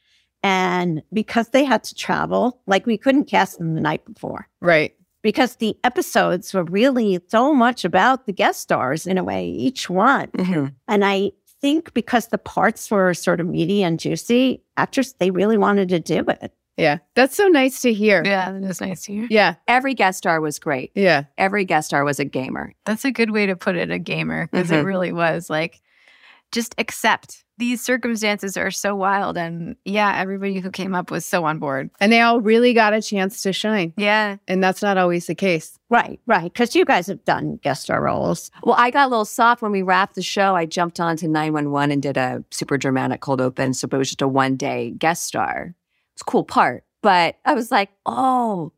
Speaker 7: And because they had to travel, like we couldn't cast them the night before
Speaker 3: Right.
Speaker 7: because the episodes were really so much about the guest stars in a way, each one. And I think because the parts were sort of meaty and juicy, actors, they really wanted to do it.
Speaker 3: Yeah. That's so nice to hear.
Speaker 2: Yeah, that is nice to hear.
Speaker 3: Yeah.
Speaker 1: every guest star was great
Speaker 3: Yeah.
Speaker 1: every guest star was a gamer
Speaker 2: That's a good way to put it, a gamer, because it
Speaker 1: Mhm.
Speaker 2: really was like just accept these circumstances are so wild. And yeah, everybody who came up was so on board.
Speaker 3: And they all really got a chance to shine.
Speaker 2: Yeah.
Speaker 3: And that's not always the case.
Speaker 7: Right, right. Because you guys have done guest star roles.
Speaker 1: well i got a little soft when we wrapped the show i jumped on to 911 and did a super dramatic cold open so it was just a one day guest star it's a cool part but i was like oh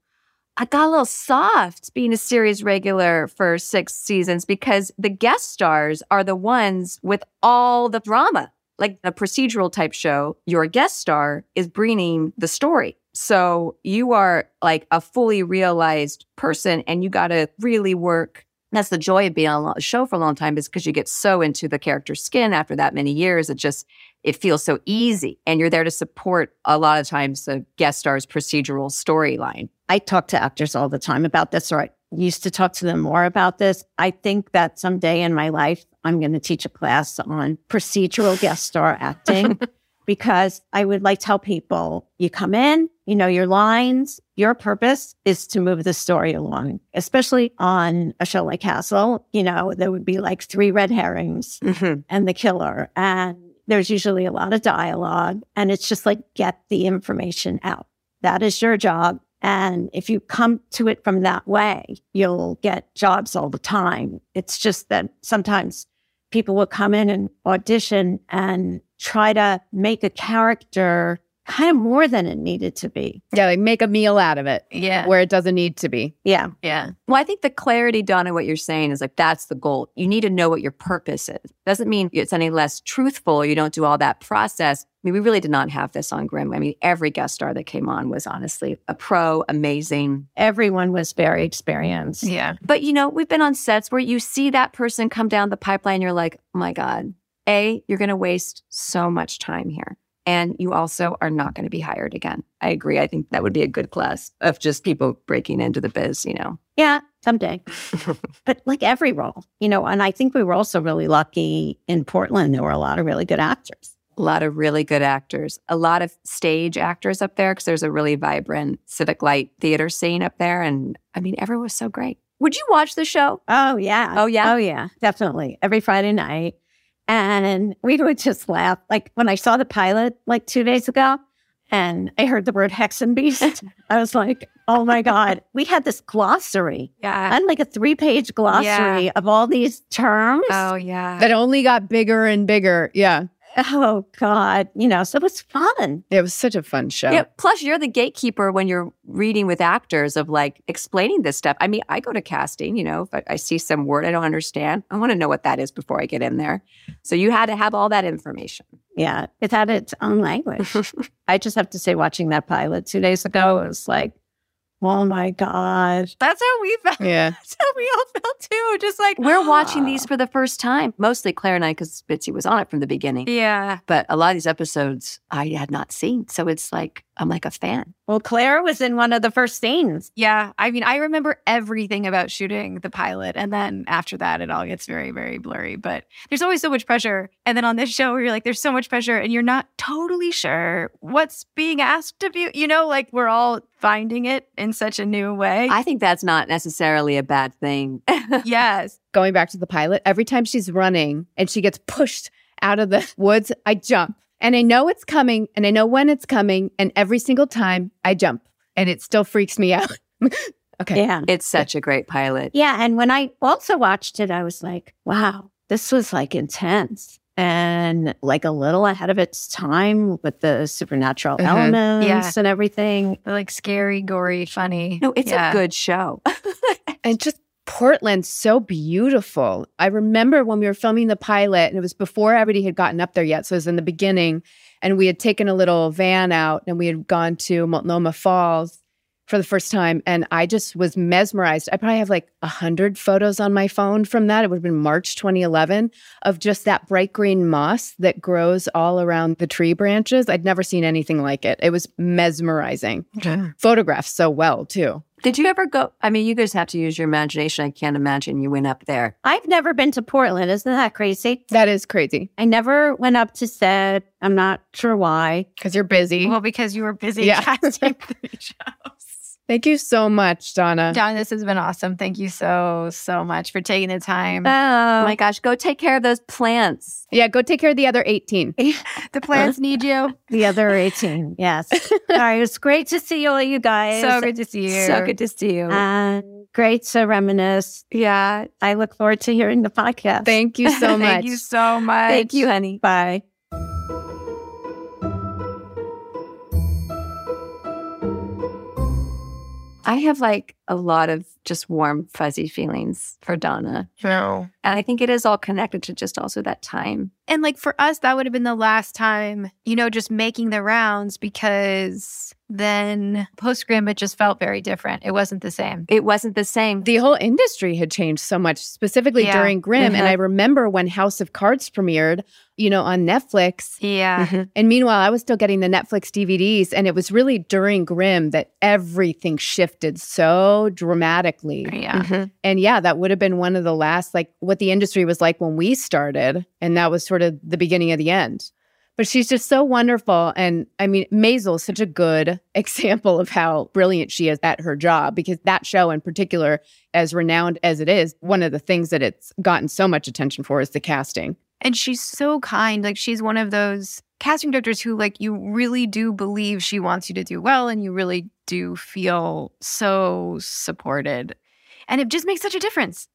Speaker 1: I got a little soft being a series regular for six seasons because the guest stars are the ones with all the drama. Like a procedural type show, your guest star is bringing the story. So you are like a fully realized person and you got to really work. That's the joy of being on a lo- show for a long time is because you get so into the character's skin after that many years. It just, it feels so easy. And you're there to support a lot of times the guest star's procedural storyline.
Speaker 7: I talk to actors all the time about this, or I used to talk to them more about this. I think that someday in my life, I'm going to teach a class on procedural guest star acting because I would like to tell people you come in, you know, your lines, your purpose is to move the story along, especially on a show like Castle. You know, there would be like three red herrings and the killer. And there's usually a lot of dialogue. And it's just like, get the information out. That is your job. And if you come to it from that way, you'll get jobs all the time. It's just that sometimes people will come in and audition and try to make a character kind of more than it needed to be.
Speaker 3: Yeah, like make a meal out of it
Speaker 2: Yeah.
Speaker 3: where it doesn't need to be.
Speaker 7: Yeah.
Speaker 2: Yeah.
Speaker 1: Well, I think the clarity, Donna, what you're saying is like that's the goal. You need to know what your purpose is. Doesn't mean it's any less truthful. You don't do all that process. I mean, we really did not have this on Grimm. I mean, every guest star that came on was honestly a pro, amazing.
Speaker 7: Everyone was very experienced.
Speaker 2: Yeah.
Speaker 1: But you know, we've been on sets where you see that person come down the pipeline, you're like, oh my God, A, you're gonna waste so much time here. And you also are not gonna be hired again. I agree. I think that would be a good class of just people breaking into the biz, you know.
Speaker 7: Yeah, someday. but like every role, you know, and I think we were also really lucky in Portland. There were a lot of really good actors.
Speaker 1: a lot of really good actors, a lot of stage actors up there because there's a really vibrant civic light theater scene up there. And I mean, everyone was so great. Would you watch the show?
Speaker 7: Oh, yeah.
Speaker 1: Oh, yeah.
Speaker 7: Oh, yeah. Definitely. Every Friday night. And we would just laugh. Like when I saw the pilot like two days ago and I heard the word hexenbeast, I was like, oh my God. We had this glossary. I
Speaker 2: Yeah.
Speaker 7: had like a three page glossary of all these terms.
Speaker 2: Oh yeah.
Speaker 3: That only got bigger and bigger. Yeah.
Speaker 7: Oh, God. You know, so it was fun.
Speaker 3: It was such a fun show.
Speaker 1: Yeah. Plus, you're the gatekeeper when you're reading with actors of like explaining this stuff. I mean, I go to casting, you know, if I, I see some word I don't understand, I want to know what that is before I get in there. So you had to have all that information.
Speaker 7: Yeah, it had its own language. I just have to say, watching that pilot two days ago, it was like, oh my God.
Speaker 2: That's how we felt.
Speaker 3: Yeah.
Speaker 2: That's how we all felt too. Just like
Speaker 1: We're watching these for the first time, mostly Claire and I, because Bitsy was on it from the beginning.
Speaker 2: Yeah.
Speaker 1: but a lot of these episodes I had not seen. So it's like I'm like a fan.
Speaker 7: Well, Claire was in one of the first scenes.
Speaker 2: Yeah. I mean, I remember everything about shooting the pilot. And then after that, it all gets very, very blurry. But there's always so much pressure. And then on this show, you're like, there's so much pressure, and you're not totally sure what's being asked of you. You know, like we're all finding it in such a new way.
Speaker 1: I think that's not necessarily a bad thing.
Speaker 2: yes.
Speaker 3: Going back to the pilot, every time she's running and she gets pushed out of the woods, I jump. And I know it's coming and I know when it's coming. And every single time I jump and it still freaks me out. okay.
Speaker 7: Yeah.
Speaker 1: it's such a great pilot.
Speaker 7: Yeah. And when I also watched it, I was like, wow, this was like intense and like a little ahead of its time with the supernatural
Speaker 3: Mhm.
Speaker 7: elements
Speaker 2: Yeah.
Speaker 7: and everything.
Speaker 2: They're like scary, gory, funny.
Speaker 1: No, it's
Speaker 2: Yeah.
Speaker 1: a good show.
Speaker 3: And just Portland's so beautiful. I remember when we were filming the pilot, and it was before everybody had gotten up there yet. So it was in the beginning. And we had taken a little van out and we had gone to Multnomah Falls for the first time. And I just was mesmerized. I probably have like a hundred photos on my phone from that. It would have been March 2011 of just that bright green moss that grows all around the tree branches. I'd never seen anything like it. It was mesmerizing. Photographed so well, too.
Speaker 1: Did you ever go? I mean, you guys have to use your imagination. I can't imagine you went up there.
Speaker 7: I've never been to Portland. Isn't that crazy?
Speaker 3: That is crazy
Speaker 7: I never went up to set. I'm not sure why.
Speaker 3: because you're busy.
Speaker 2: Well, because you were busy
Speaker 3: Yeah.
Speaker 2: casting three shows.
Speaker 3: Thank you so much, Donna.
Speaker 2: John, this has been awesome. Thank you so, so much for taking the time.
Speaker 1: Oh my gosh, go take care of those plants.
Speaker 3: yeah, go take care of the other 18.
Speaker 2: the plants need you.
Speaker 7: The other 18. Yes. All right. It was great to see all you guys.
Speaker 2: So good to see you.
Speaker 1: So good to see you.
Speaker 7: Uh, And great to reminisce.
Speaker 2: Yeah.
Speaker 7: I look forward to hearing the podcast.
Speaker 3: Thank you so much.
Speaker 2: Thank you so much.
Speaker 1: Thank you, honey.
Speaker 7: Bye.
Speaker 1: I have like a lot of just warm, fuzzy feelings for Donna.
Speaker 2: No.
Speaker 1: And I think it is all connected to just also that time.
Speaker 2: And like for us, that would have been the last time, you know, just making the rounds because then post grim, it just felt very different. It wasn't the same.
Speaker 1: It wasn't the same.
Speaker 3: the whole industry had changed so much, specifically
Speaker 2: Yeah. Mm-hmm.
Speaker 3: during Grimm. And
Speaker 1: Mhm.
Speaker 3: I remember when House of Cards premiered, you know, on Netflix.
Speaker 2: Yeah.
Speaker 3: And meanwhile, I was still getting the Netflix DVDs. And it was really during Grimm that everything shifted so dramatically.
Speaker 2: Yeah.
Speaker 1: Mm-hmm.
Speaker 3: And yeah, that would have been one of the last, like what the industry was like when we started. And that was sort of the beginning of the end. But she's just so wonderful. And I mean, Maisel is such a good example of how brilliant she is at her job because that show in particular, as renowned as it is, one of the things that it's gotten so much attention for is the casting.
Speaker 2: And she's so kind. Like she's one of those casting directors who like you really do believe she wants you to do well and you really do feel so supported. And it just makes such a difference.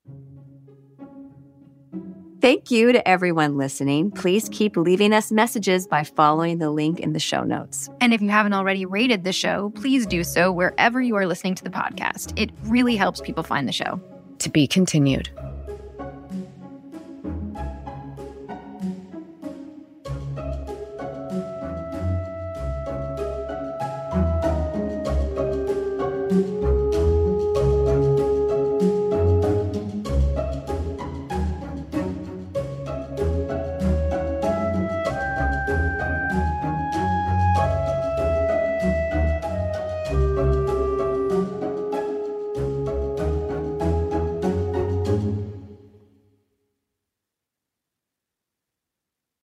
Speaker 1: Thank you to everyone listening. Please keep leaving us messages by following the link in the show notes.
Speaker 2: And if you haven't already rated the show, please do so wherever you are listening to the podcast. It really helps people find the show.
Speaker 3: To be continued.